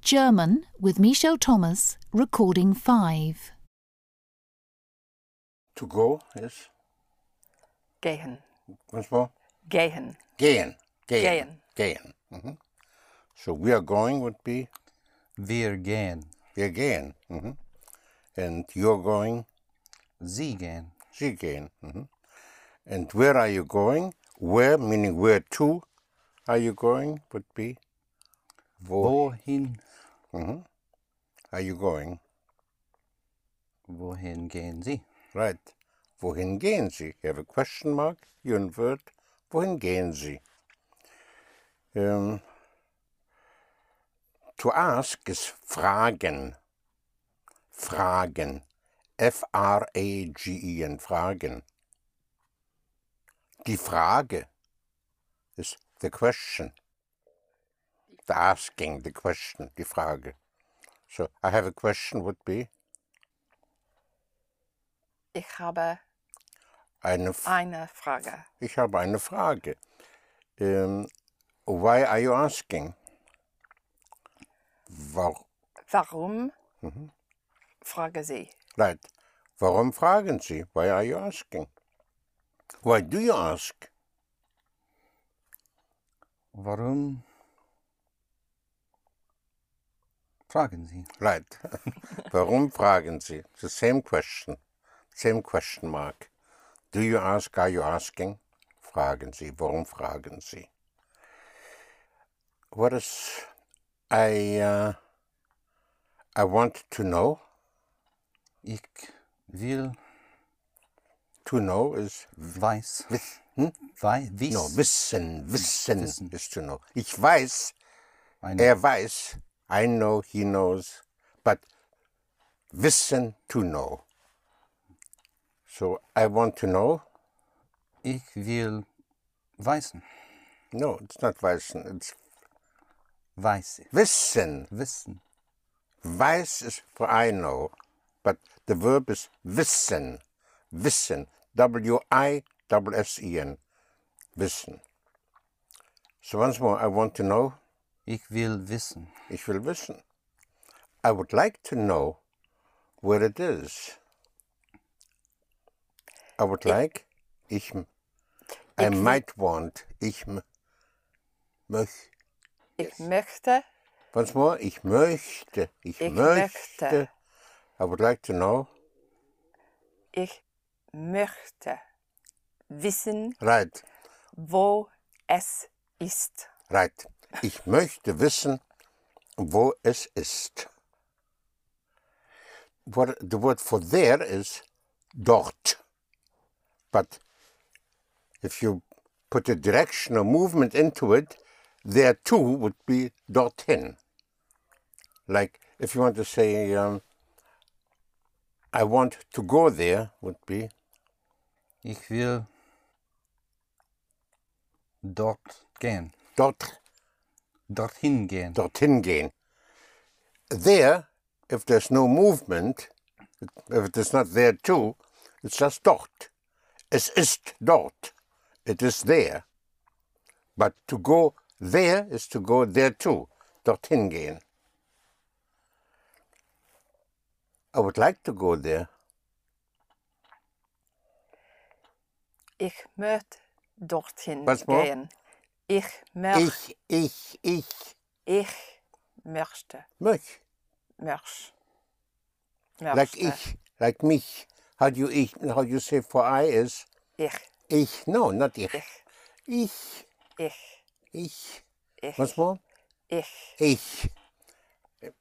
German with Michel Thomas, recording 5. To go is Gehen. once more Gehen. gehen, gehen, Gehen. gehen. hmm So we are going would be Wir gehen. wir gehen, hmm and you're going Sie gehen. sie gehen. hmm And where are you going? Where meaning where to? Are you going would be Wohin? hmm Are you going Wohin gehen Sie? right? Wohin gehen Sie? You have a question mark. You invert. Wohin gehen Sie? Um, to ask is fragen. Fragen. F R A G E N Fragen. Die Frage is the question. The asking, the question, die Frage. So I have a question would be Ich habe eine Frage. eine Frage. Ich habe eine Frage. Ähm, why are you asking? Warum, Warum? Mhm. Frage sie. right. Warum fragen Sie? Why are you asking? Why do you ask? Warum? Fragen Sie. Right. Warum fragen Sie? The same question. Same question mark. Do you ask? Are you asking? Fragen Sie. Warum fragen Sie? What is I uh, I want to know? Ich will To know is weiß. Wiss, hm? Wei, wies. No, wissen, wissen, Wissen. is to know. Ich weiß, Ein- er weiß, I know, he knows, but wissen to know. So I want to know. ich will weißen. No, it's not weißen, it's Weiße. wissen. Wissen. Weiß is for I know, but the verb is wissen. Wissen. W I double S E N. Wissen. So once more, I want to know. Ich will wissen. Ich will wissen. I would like to know where it is. I would like. Ich. m- I might want. Ich. m- Möch. Ich möchte, Once more. Ich möchte. Ich, Ich möchte. möchte. I would like to know. ich möchte wissen, Right. wo es ist. Right. Ich möchte wissen, wo es ist. What, the word for there is dort. But if you put a direction or movement into it, there too would be dorthin. Like if you want to say, um, I want to go there, would be Ich will dort gehen. dort Dorthin gehen. dorthin gehen. There, if there's no movement, if it is not there too, it's just dort. Es ist dort. It is there. But to go there is to go there too. Dorthin gehen. I would like to go there. Ich möchte dorthin Was wo? gehen. Ich möchte, Ich, ich, ich, ich möchte, mich. möchte. Like ich, like mich. How do you ich, how do you say for I is Ich, ich? No, not ich. ich, Ich, ich, ich. ich, Once more. ich, ich.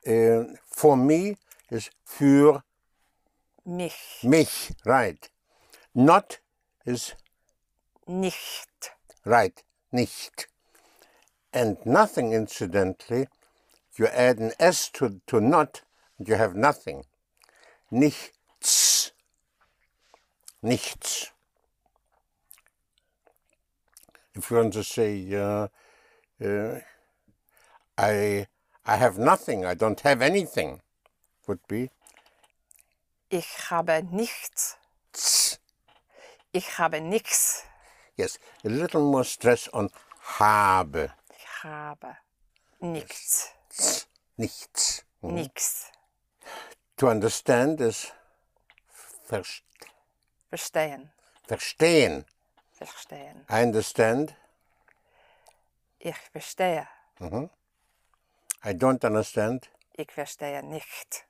Äh, for me is für mich, mich, right. Not is nicht, right, nicht. And nothing, incidentally, you add an S to, to not, and you have nothing. Nichts. Nichts. If you want to say, uh, uh, I, I have nothing, I don't have anything, would be ich habe nichts, ts. ich habe nichts, Yes, a little more stress on habe. ich habe nichts, Ts. nichts. Nix. To understand is vers- Verstehen. verstehen. Verstehen. I understand. Ich verstehe. I don't understand. Ich verstehe nicht.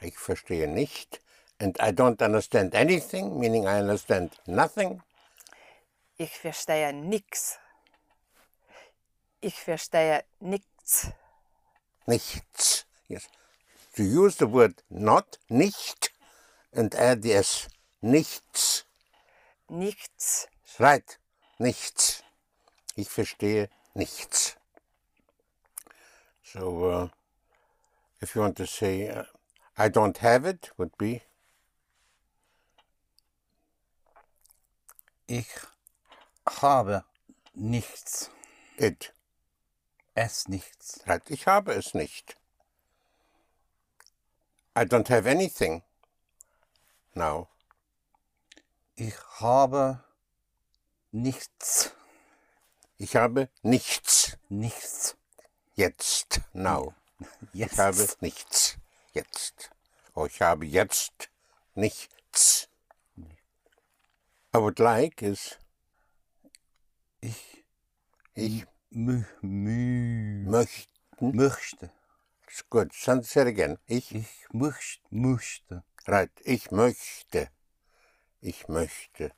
Ich verstehe nicht. And I don't understand anything, meaning I understand nothing. Ich verstehe nix. Ich verstehe nichts. Nichts. Yes. To use the word not, nicht, and add the S. Nichts. Nichts. Right. Nichts. Ich verstehe nichts. So, uh, if you want to say, uh, I don't have it, would be Ich habe nichts. it. Es nichts. Right. Ich habe es nicht. I don't have anything. Now, Ich habe nichts. ich habe nichts. Nichts. Jetzt. Now. Jetzt. Ich habe nichts. Jetzt. Oh, ich habe jetzt nichts. I would like is Ich ich mü, mü, möchte. möchte. It's good. Send it again. Ich. Ich möcht, möchte. Right. Ich möchte. Ich möchte.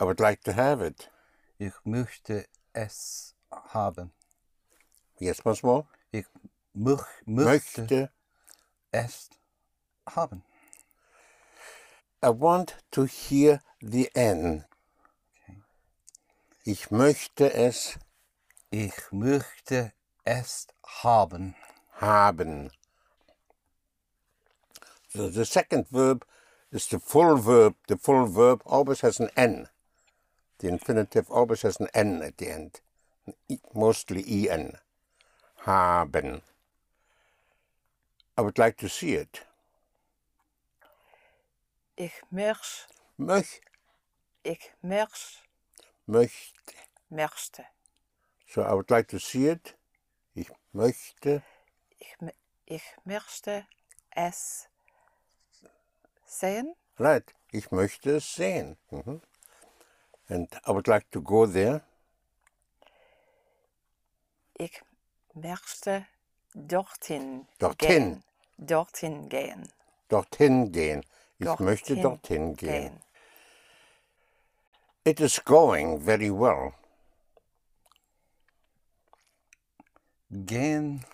I would like to have it. Ich möchte es haben. Yes, once more. Ich möch, möchte, Möchte. es haben. I want to hear the N. Ich möchte es Ich möchte es haben. haben. So the second verb is the full verb. The full verb always has an N. The infinitive always has an N at the end, E- mostly EN. Haben. I would like to see it. Ich möchte. Möch, Ich möchte. möchte. Möchte. So I would like to see it. Ich möchte Ich, m- ich möchte es sehen. Right. Ich möchte es sehen. Mhm. And I would like to go there. Ich möchte dorthin. Dorthin. Gehen. Dorthin gehen. Dorthin gehen. Ich Dorthin möchte dorthin gehen. It is going very well. Gehen,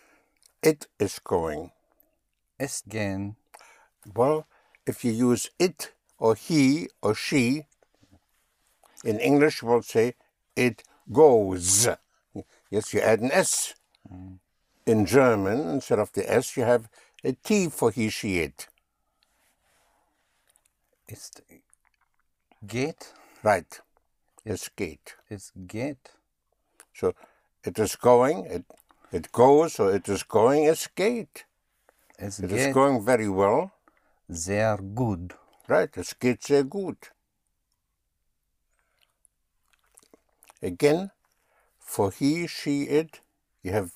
It is going. es gehen. Well, if you use it or he or she, in English we'll say it goes. Yes, you add an S. In German, instead of the S, you have a T for he, she, it. Es geht, Right. Es geht. es geht. So it is going, it, it goes, or it is going, it's geht. Es It is geht going very well. sehr gut. Right, es geht sehr gut. Again, for he, she, it, you have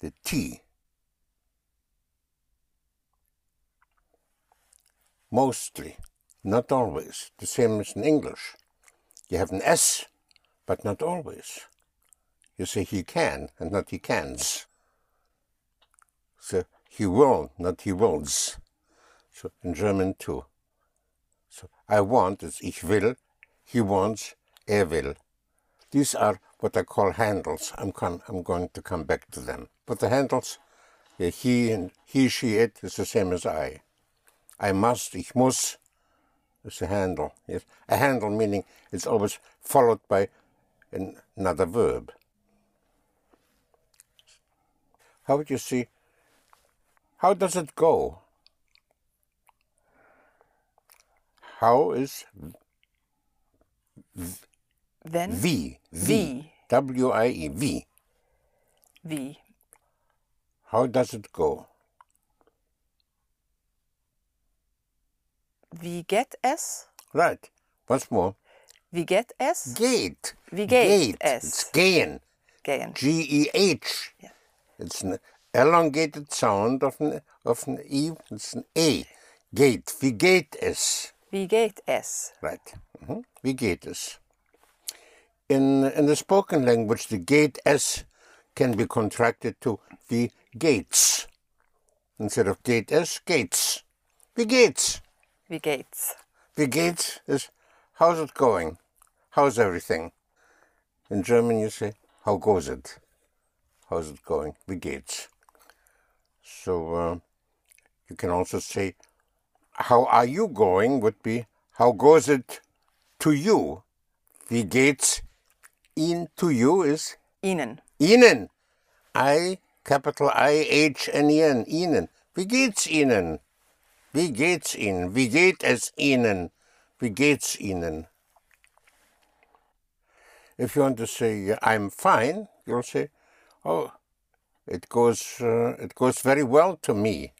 the T. Mostly, not always. The same as in English. You have an S, but not always. You say he can and not he cans. So he will, not he wills. So in German too. So I want is ich will, he wants, er will. These are what I call handles. I'm, con- I'm going to come back to them. But the handles, yeah, he and he, she, it is the same as I. I must, ich muss, is a handle. Yes, a handle meaning it's always followed by an- another verb. How would you see? How does it go? How is Wenn. V? Wie. W I E V. Wie. How does it go? Wie geht es? Right. Once more. Wie geht es? Geht. Wie geht es? It's gehen. Gehen. G E H. It's an elongated sound of an, of an E. It's an A. Geht. Wie geht es? Wie geht es? Right. Mhm. Wie geht es? In, in the spoken language, the gate S can be contracted to wie geht's. Instead of gate S, gates. Wie geht's? Wie geht's? Wie geht's is how's it going? How's everything? In German you say, how goes it? How's it going? Wie geht's? So uh, you can also say, how are you going would be, how goes it to you? Wie geht's in to you is Ihnen. Ihnen. I, capital I, H, N, E, N. Ihnen. Wie geht's Ihnen? Wie geht's Ihnen? Wie geht es Ihnen? Wie geht's Ihnen? If you want to say uh, I'm fine, you'll say, "Oh, it goes uh, it goes very well to me."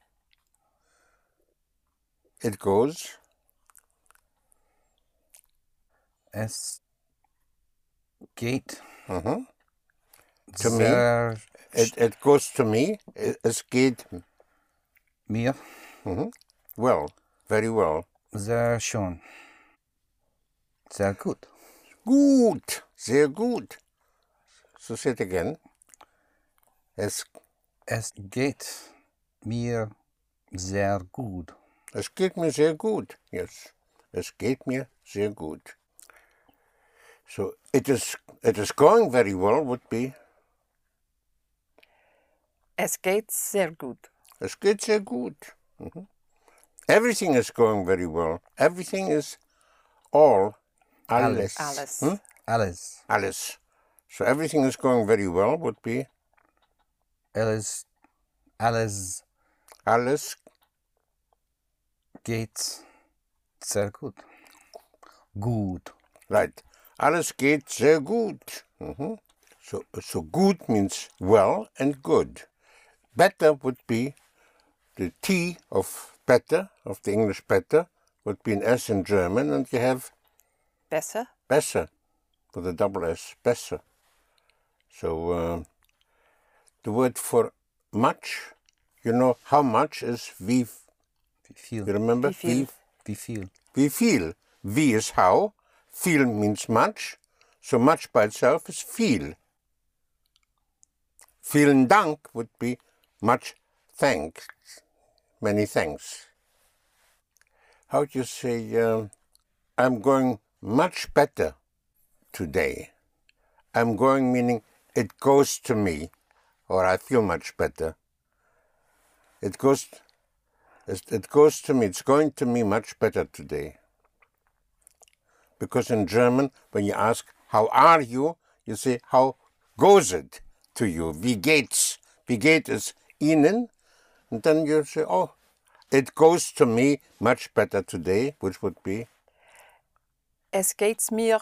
It goes Es geht mhm. To me? sehr it, it goes to me. It, es geht mir mhm. well, very well. sehr schön. Sehr gut. Gut, sehr gut. So say it again. Es, Es geht mir sehr gut. es geht mir sehr gut. Yes. Es geht mir sehr gut. So it is it is going very well would be Es geht sehr gut. es geht sehr gut. Mhm. Everything is going very well. Everything is all alles. Alles. Hm? Alles. Alles. So everything is going very well would be Alles. Alles alles geht sehr gut. Gut. Right. Alles geht sehr gut. Mhm. So, so good means well and good. Better would be the T of better, of the English better, would be an S in German, and you have Besser? besser with a double S, besser. So uh, the word for much, you know, how much is wie, Wie viel? you remember? Wie viel? Wie viel? Wie viel? Wie is how. Viel means much. So much by itself is viel. Vielen Dank would be much thanks. Many thanks. How would you say, um, I'm going much better today? I'm going meaning it goes to me, or I feel much better. It goes, it it goes to me, it's going to me much better today. Because in German, when you ask, how are you? You say, how goes it to you? Wie geht's? Wie geht es Ihnen? And then you say, oh, it goes to me much better today, which would be Es geht mir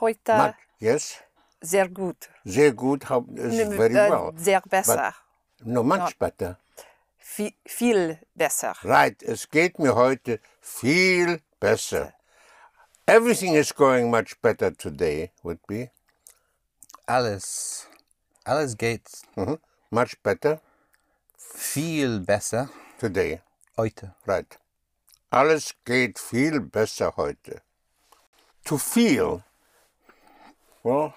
heute much. Yes? sehr gut. Sehr gut, how, is Äh, very well. Sehr besser. No, much better. Vi- viel besser. Right, es geht mir heute viel besser. Everything is going much better today, would be Alles. Alles geht mhm, much better viel besser today. heute. Right. Alles geht viel besser heute. To feel. Well,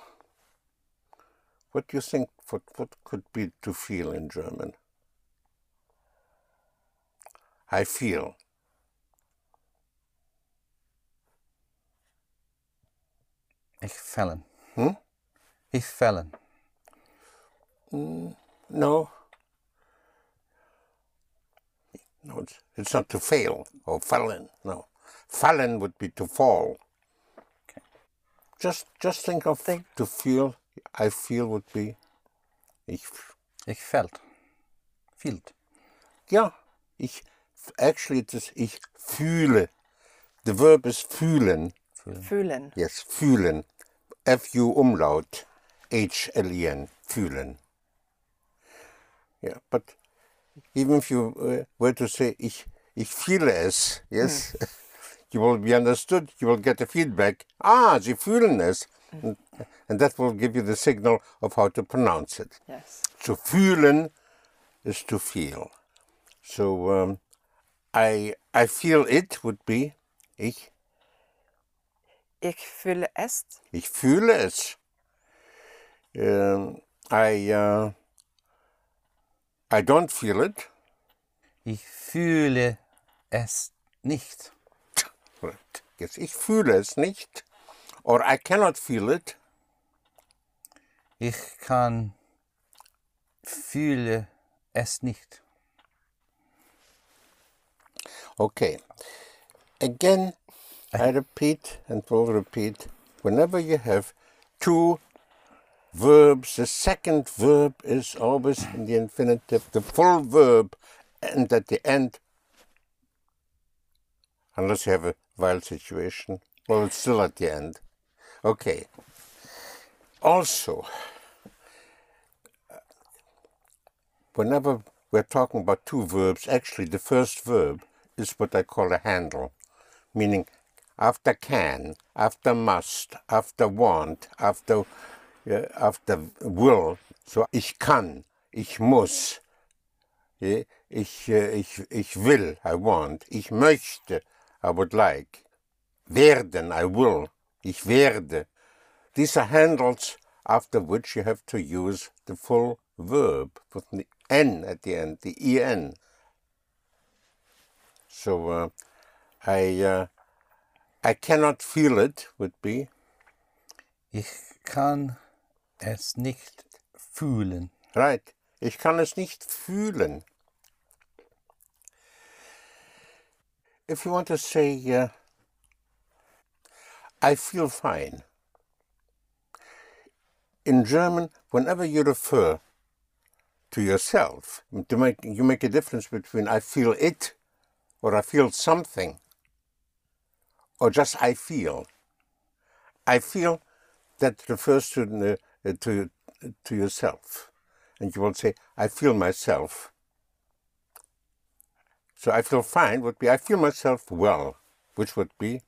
what do you think? What, what could be to feel in German? I feel. Ich fällen. Hm? Ich fällen. No. No, it's, it's not to fail or fallen. No, fallen would be to fall. Just, just think of Think. to feel. I feel would be. Ich, f- Ich fällt. Fehlt. yeah. Ich actually it is ich fühle. The verb is fühlen. Fühlen. Yes, fühlen. F-U umlaut. H-L-E-N. Fühlen. Yeah, but even if you uh, were to say, ich, ich fühle es, yes, you will be understood, you will get the feedback. Ah, sie fühlen es. And, and that will give you the signal of how to pronounce it. Yes. zu fühlen is to feel. So um, I I feel it would be ich Ich fühle es. ich fühle es. Ähm, I uh, I don't feel it. Ich fühle es nicht. Right. Yes, ich fühle es nicht. Or I cannot feel it. Ich kann fühle es nicht. Okay. Again, I repeat and will repeat. Whenever you have two verbs, the second verb is always in the infinitive, the full verb, and at the end, unless you have a while situation, well, it's still at the end. Okay. Also, whenever we're talking about two verbs, actually the first verb is what I call a handle, meaning after can, after must, after want, after uh, after will. So ich kann, ich muss, eh, ich, äh, ich, ich will, I want, ich möchte, I would like, werden, I will, ich werde. These are handles after which you have to use the full verb with the n at the end, the en. So uh, I uh, I cannot feel it would be Ich kann es nicht fühlen. right. Ich kann es nicht fühlen. If you want to say uh, I feel fine. In German, whenever you refer to yourself, to make, you make a difference between I feel it or I feel something or just I feel. I feel that refers to, the- uh, to, to yourself. And you will say, I feel myself. So I feel fine would be I feel myself well, which would be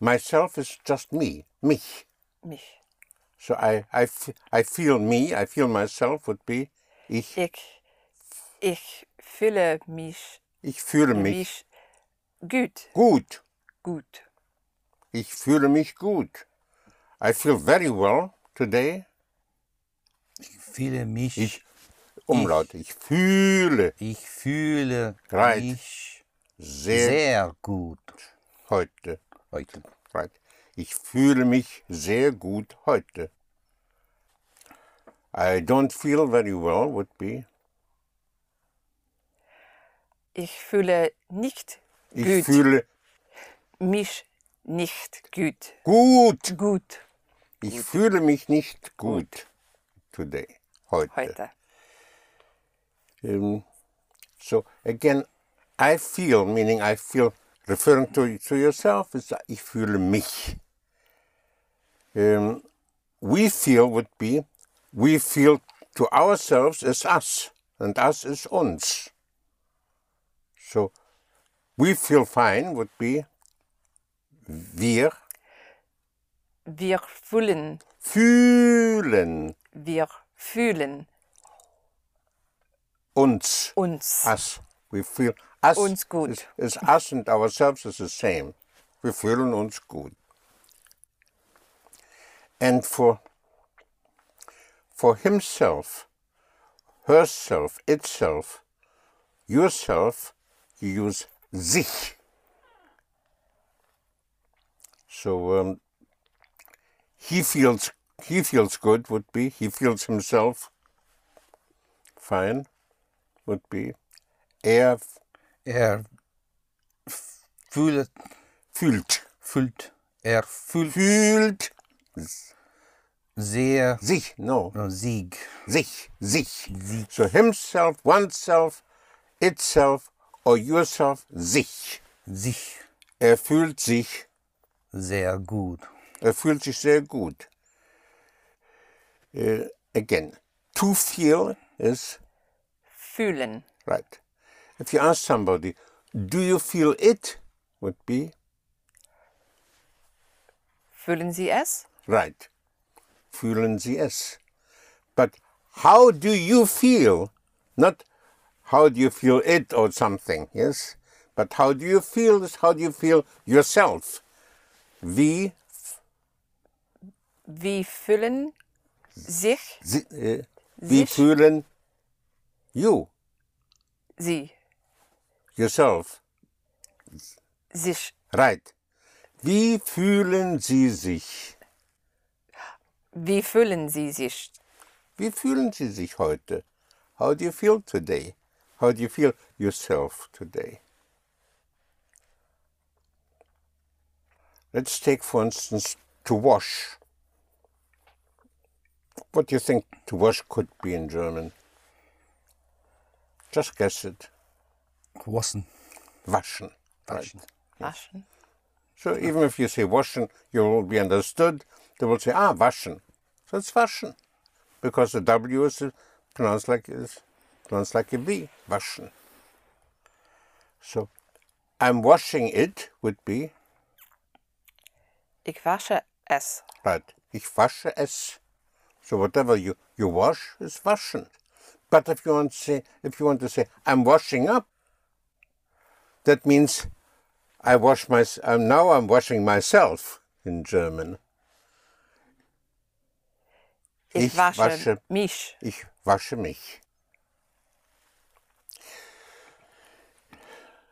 myself is just me, mich. Mich. So I, I, f- I feel me, I feel myself would be ich, Ich, ich fühle mich, ich fühle mich mich gut. gut. Gut. Ich fühle mich gut. I feel very well today. Ich fühle mich. Ich, Umlaut, ich fühle ich fühle Right. mich sehr, sehr gut heute. heute. Right. Ich fühle mich sehr gut heute. I don't feel very well would be Ich fühle nicht ich gut. fühle mich nicht gut. gut. Gut Ich fühle mich nicht gut, today, heute. heute. Um, so again, I feel, meaning I feel, referring to, to yourself, is ich fühle mich. Um, we feel would be, we feel to ourselves is us, and us is uns. So, we feel fine would be wir Wir fühlen, fühlen wir fühlen uns. uns. us. We feel us. Uns gut. Is, is us and ourselves is the same. We fühlen uns gut. And for for himself, herself, itself, yourself, you use sich. So um, he feels he feels good would be he feels himself fine would be er Er f- fühlt, fühlt, fühlt, er fühlt fühlt sehr sich, no, äh, Sieg. sich, sich. So himself, oneself, itself or yourself, sich. sich Er fühlt sich, sehr gut. er fühlt sich sehr gut. Äh, again, to feel is Fühlen. right. If you ask somebody, do you feel it? Would be Fühlen Sie es? Right. Fühlen Sie es. But How do you feel? Not how do you feel it or something, yes? But how do you feel is how do you feel yourself? Wie Wie fühlen sich Si- äh, Wie fühlen you, sie? yourself, Sich. right? Wie fühlen Sie sich? Wie fühlen sie sich? Wie fühlen Sie sich heute? How do you feel today? How do you feel yourself today? Let's take, for instance, to wash. What do you think to wash could be in German? Just guess it. Wassen. Waschen. Right. Waschen. Waschen. So even if you say waschen, you will be understood. They will say, ah, waschen. So it's waschen. Because the W is pronounced like, is pronounced like a V, waschen. So I'm washing it would be, Ich wasche es. right, ich wasche es. So whatever you, you wash is waschen. But if you want to say, if you want to say, I'm washing up, that means I wash my, I'm, now I'm washing myself in German. Ich, Ich wasche, wasche- mich. Ich wasche mich.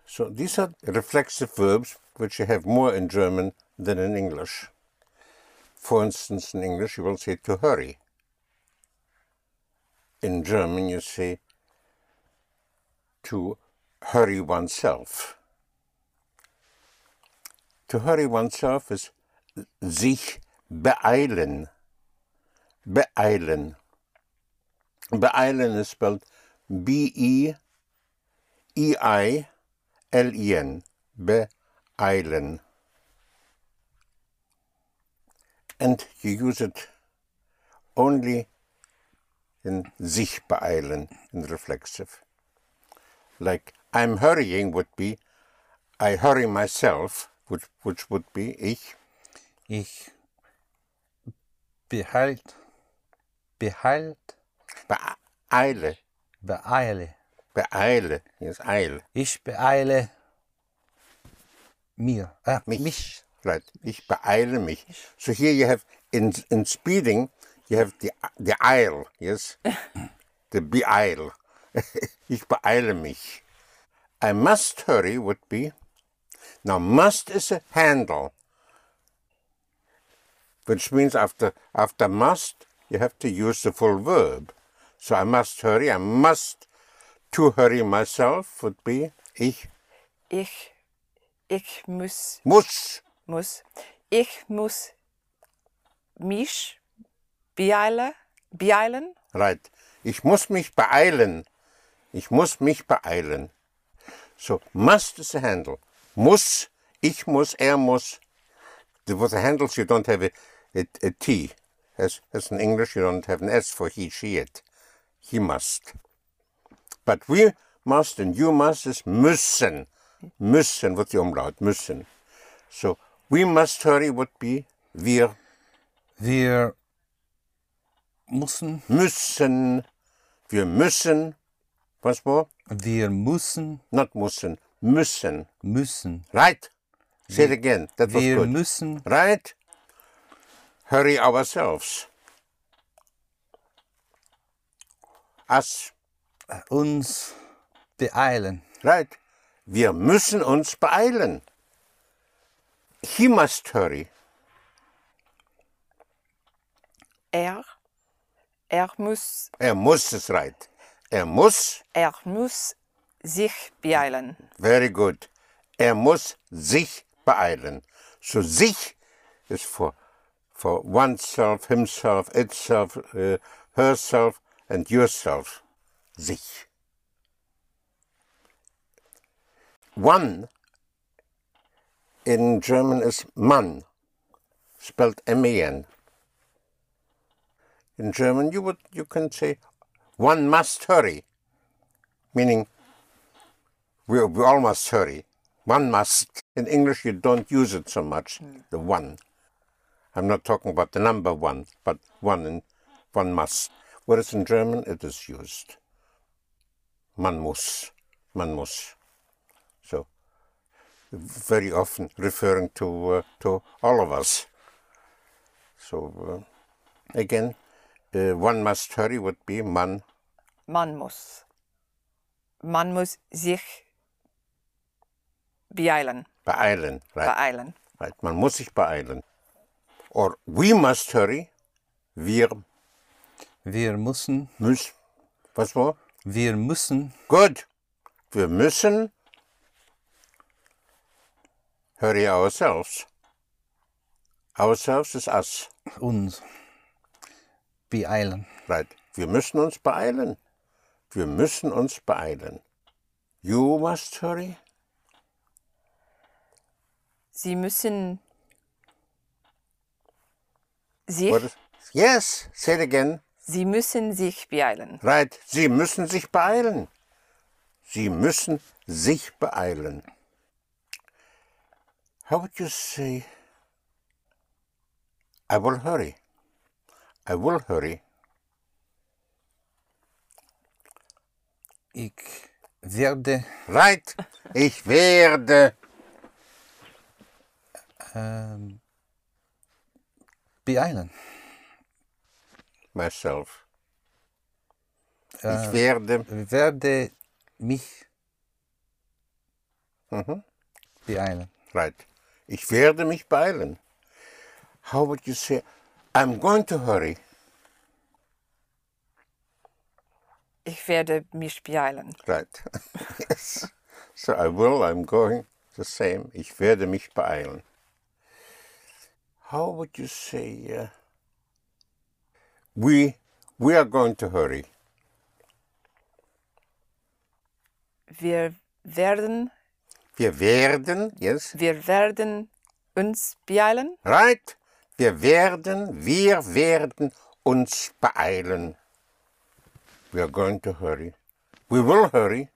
So these are reflexive verbs which you have more in German than in English. For instance, in English you will say to hurry. In German you say to hurry oneself. To hurry oneself is sich beeilen. Beeilen. Beeilen is spelled B E E I L E N. Beeilen. And you use it only in sich beeilen, in reflexive. Like I'm hurrying would be I hurry myself, which, which would be ich Ich behalt, behalt, beeile. beeile. Beeile. Yes, eile. Ich beeile mir, äh, mich. Right. Ich beeile mich. So here you have in in speeding you have the the aisle, yes? the beeile. ich beeile mich. I must hurry would be now must is a handle. Which means after after must you have to use the full verb. So I must hurry, I must to hurry myself would be ich Ich, ich muss, muss muss. Ich muss mich beeile, beeilen. Right. Ich muss mich beeilen. Ich muss mich beeilen. So, must is a handle. Muss, ich muss, er muss. The- With the handles, you don't have a, a, a T. As, as in English, you don't have an S for he, she, it. He must. But we must and you must is müssen. Müssen with the umlaut, müssen. So, we must hurry would be wir Wir müssen, müssen. Wir müssen. Once more. wir müssen, Not müssen. Müssen. müssen. Right? Say it again. That was Wir good. müssen right? Hurry ourselves. Us. äh, uns beeilen. Right? Wir müssen uns beeilen. He must hurry. Er, er muss, Er muss es right. Er muss. er muss sich beeilen. Very good. Er muss sich beeilen. So sich is for for oneself, himself, itself, uh, herself and yourself. Sich. One in German is Mann, spelled M-A-N. In German, you would you can say one must hurry, meaning we, we all must hurry. One must. In English, you don't use it so much, the one. I'm not talking about the number one, but one and one must. whereas in German it is used. Man muss, man muss. So, very often referring to, uh, to all of us. So, uh, again, uh, one must hurry would be man Man muss. Man muss sich beeilen. beeilen, right? Beeilen. Right, man muss sich beeilen. Or we must hurry. Wir Wir müssen, müssen. Was war? wir müssen Good. Wir müssen hurry ourselves. Ourselves is us. uns beeilen. Right. Wir müssen uns beeilen. Wir müssen uns beeilen. You must hurry. Sie müssen sich, What is- Yes. Say it again. sie müssen sich beeilen. Right. Sie müssen sich beeilen. Sie müssen sich beeilen. How would you say? I will hurry. I will hurry. Ich werde Right. Ich werde ähm, beeilen. myself. Ich werde. Werde mich Mhm. beeilen. Right. Ich werde mich beeilen. How would you say? I'm going to hurry. Ich werde mich beeilen. Right. yes. So I will, I'm going. The same. Ich werde mich beeilen. How would you say? Uh, we we are going to hurry. Wir werden, Wir werden, yes, wir werden uns beeilen. right? Wir werden, wir werden uns beeilen. We are going to hurry. We will hurry.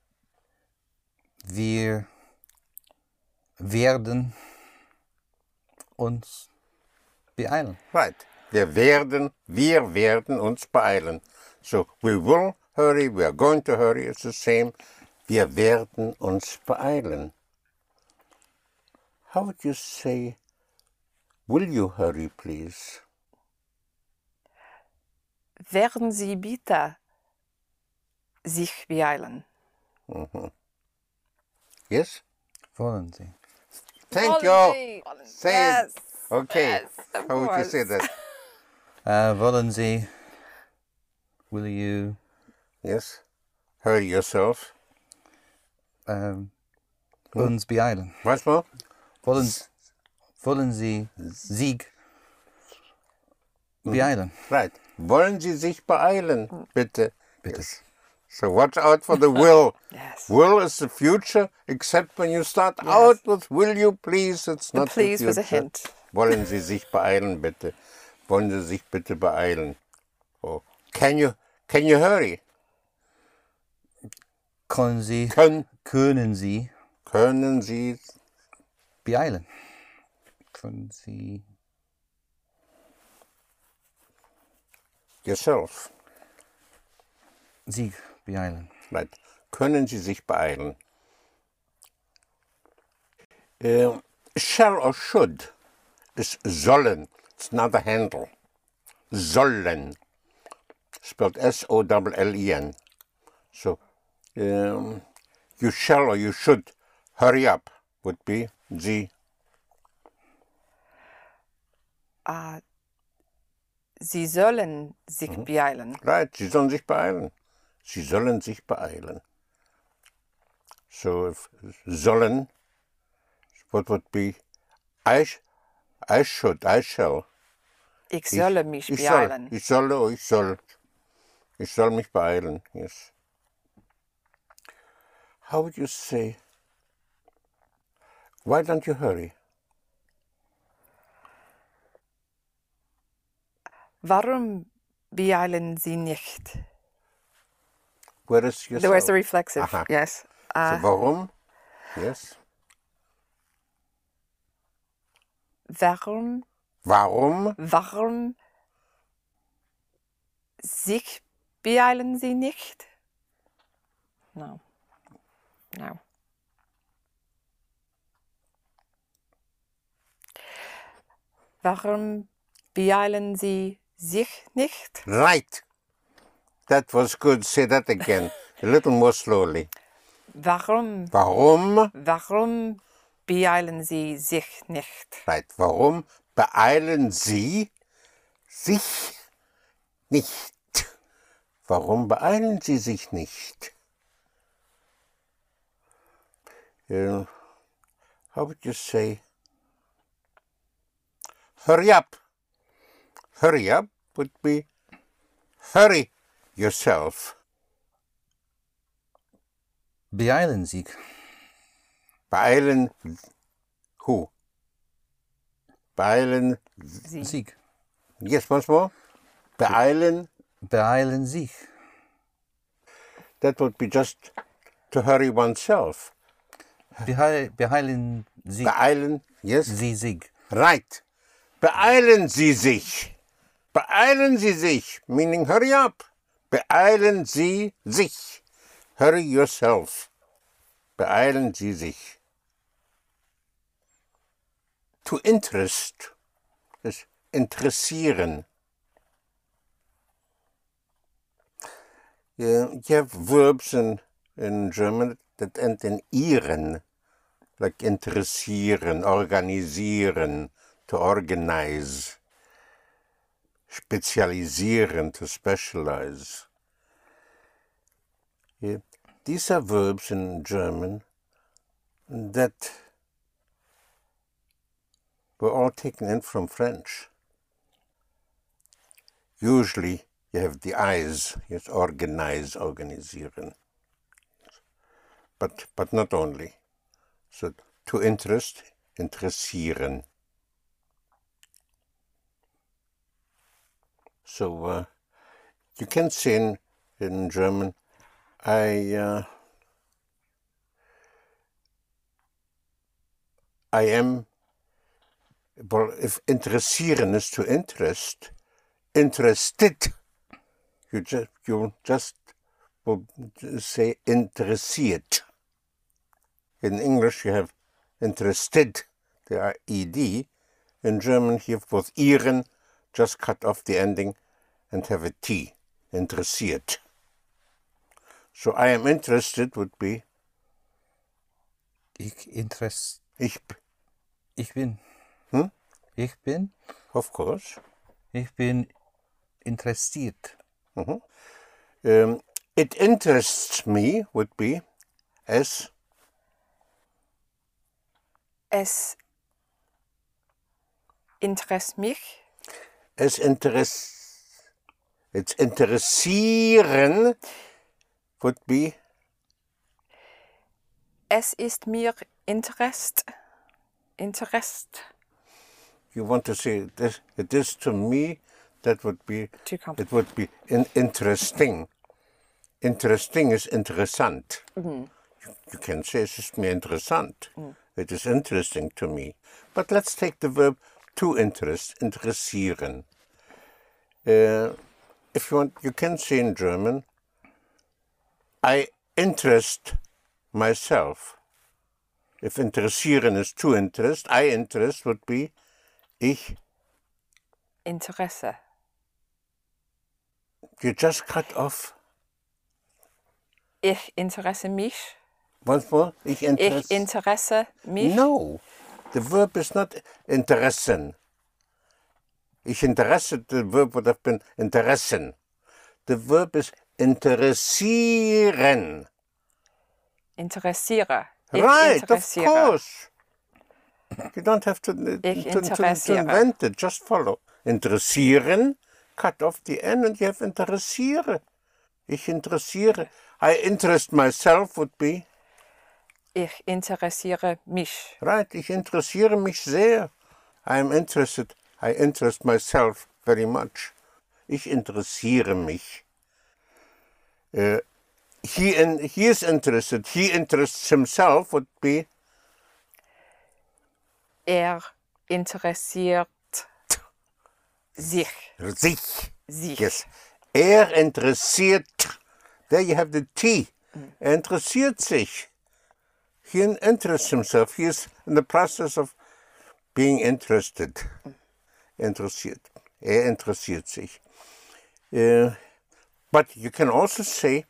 Wir werden uns beeilen. Right. Wir werden, wir werden uns beeilen. So, we will hurry, we are going to hurry, it's the same. Wir werden uns beeilen. How would you say, will you hurry, please? Werden Sie bitte sich beeilen. Yes? Wollen Sie? Thank you. Say yes. it. Okay. Yes, of How would you say course. that? Äh, wollen Sie? Will you? Yes? Hurry yourself. ähm, uns beeilen. Was more? Wollen, wollen Sie Sieg beeilen? Right. Wollen Sie sich beeilen, Mm. bitte? Bitte. So watch out for the will. Yes. Will is the future, except when you start out with will you please, it's not please the was a future. hint. Wollen Sie sich beeilen, bitte? Wollen Sie sich bitte beeilen? Oh. Can you can you hurry? Können Sie, Können, können Sie können Sie beeilen? Können Sie yourself. Sieg beeilen? Right. Können Sie sich beeilen? Ähm, shall or should is sollen. It's not a handle. Sollen. Spelled S-O-L-L-E-N. E So, ähm, you shall or you should hurry up would be Sie Ah, Sie sollen sich Mhm. beeilen. Right, sie sollen sich beeilen. Sie sollen sich beeilen. So, if sollen, what would be, I, sh- I should, I shall. Ich solle mich ich beeilen. Soll, ich soll, oh, ich soll. Ich soll mich beeilen, yes. How would you say, why don't you hurry? Warum beeilen Sie nicht? Where is yourself? There was the reflexive. Aha. Yes. so, Ah, warum? Yes. warum, Warum warum sich Beeilen Sie nicht. No. No. Warum beeilen Sie sich nicht? Right. That was good. Say that again. A little more slowly. Warum? Warum? Warum beeilen Sie sich nicht? Right. Warum beeilen Sie sich nicht? Warum beeilen Sie sich nicht? Yeah. How would you say? Hurry up. Hurry up would be hurry yourself. Beeilen Sie. Beeilen who? Beeilen Sie. Sie. yes once more. Beeilen Beeilen sich. that would be just to hurry oneself. Beheil, beheilen Sie. Beeilen yes Sie sich. right. Beeilen Sie sich. Beeilen Sie sich, meaning hurry up. Beeilen Sie sich. Hurry yourself. Beeilen Sie sich. To interest is interessieren. You, you have verbs in, in German that end in ihren, like interessieren, organisieren, to organize, spezialisieren, to specialize. Yeah. These are verbs in German that were all taken in from French. Usually you have the eyes, yes, organize, organisieren. But, but not only. So to interest, interessieren. So uh, you can say in, in German, I uh, I am well if interessieren is to interest, interested you just you just will say interessiert. In English you have interested, the I- ed. In German you have both ihren, just cut off the ending and have a t, interessiert. So I am interested would be Ich interess. ich, b- Ich bin. Hm? Ich bin. of course. Ich bin interessiert. Um, it interests me would be es Es interessiert mich. es interess it's interessieren would be Es ist mir interest. Interest. you want to say this it is to me that would be Too compli- it would be in, interesting interesting is interessant you, you can say es ist mir interessant it is interesting to me but let's take the verb to interest interessieren uh, if you want you can say in german i interest myself if interessieren is to interest i interest would be ich Interesse. You just cut off. Ich interesse mich. Once more. Ich Ich interess. interesse mich. No. The verb is not interessen. Ich interesse, the verb would have been interessen. The verb is interessieren. Interessiere. Ich Right, of interessiere. course. You don't have to, to, Ich to, to interessiere. invent it, just follow. Interessieren, cut off the N and you have interessiere. Ich interessiere. I interest myself would be Ich interessiere mich. Right, ich interessiere mich sehr. I am interested. I interest myself very much. Ich interessiere mich. Äh, he, in, he is interested. He interests himself would be Er interessiert sich. sich. Sich. Yes. Er interessiert. There you have the T. Er interessiert sich. He interests himself. He is in the process of being interested. Interessiert. Er interessiert sich. Uh, but you can also say,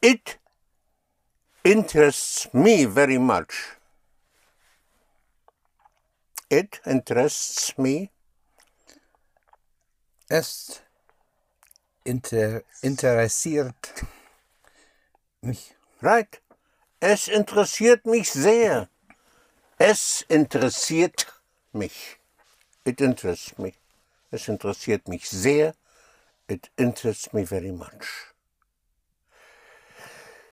it interests me very much. It interests me Es inter, interessiert mich. Right. Es interessiert mich sehr. Es interessiert mich. It interests me. Es interessiert mich sehr. It interests me very much.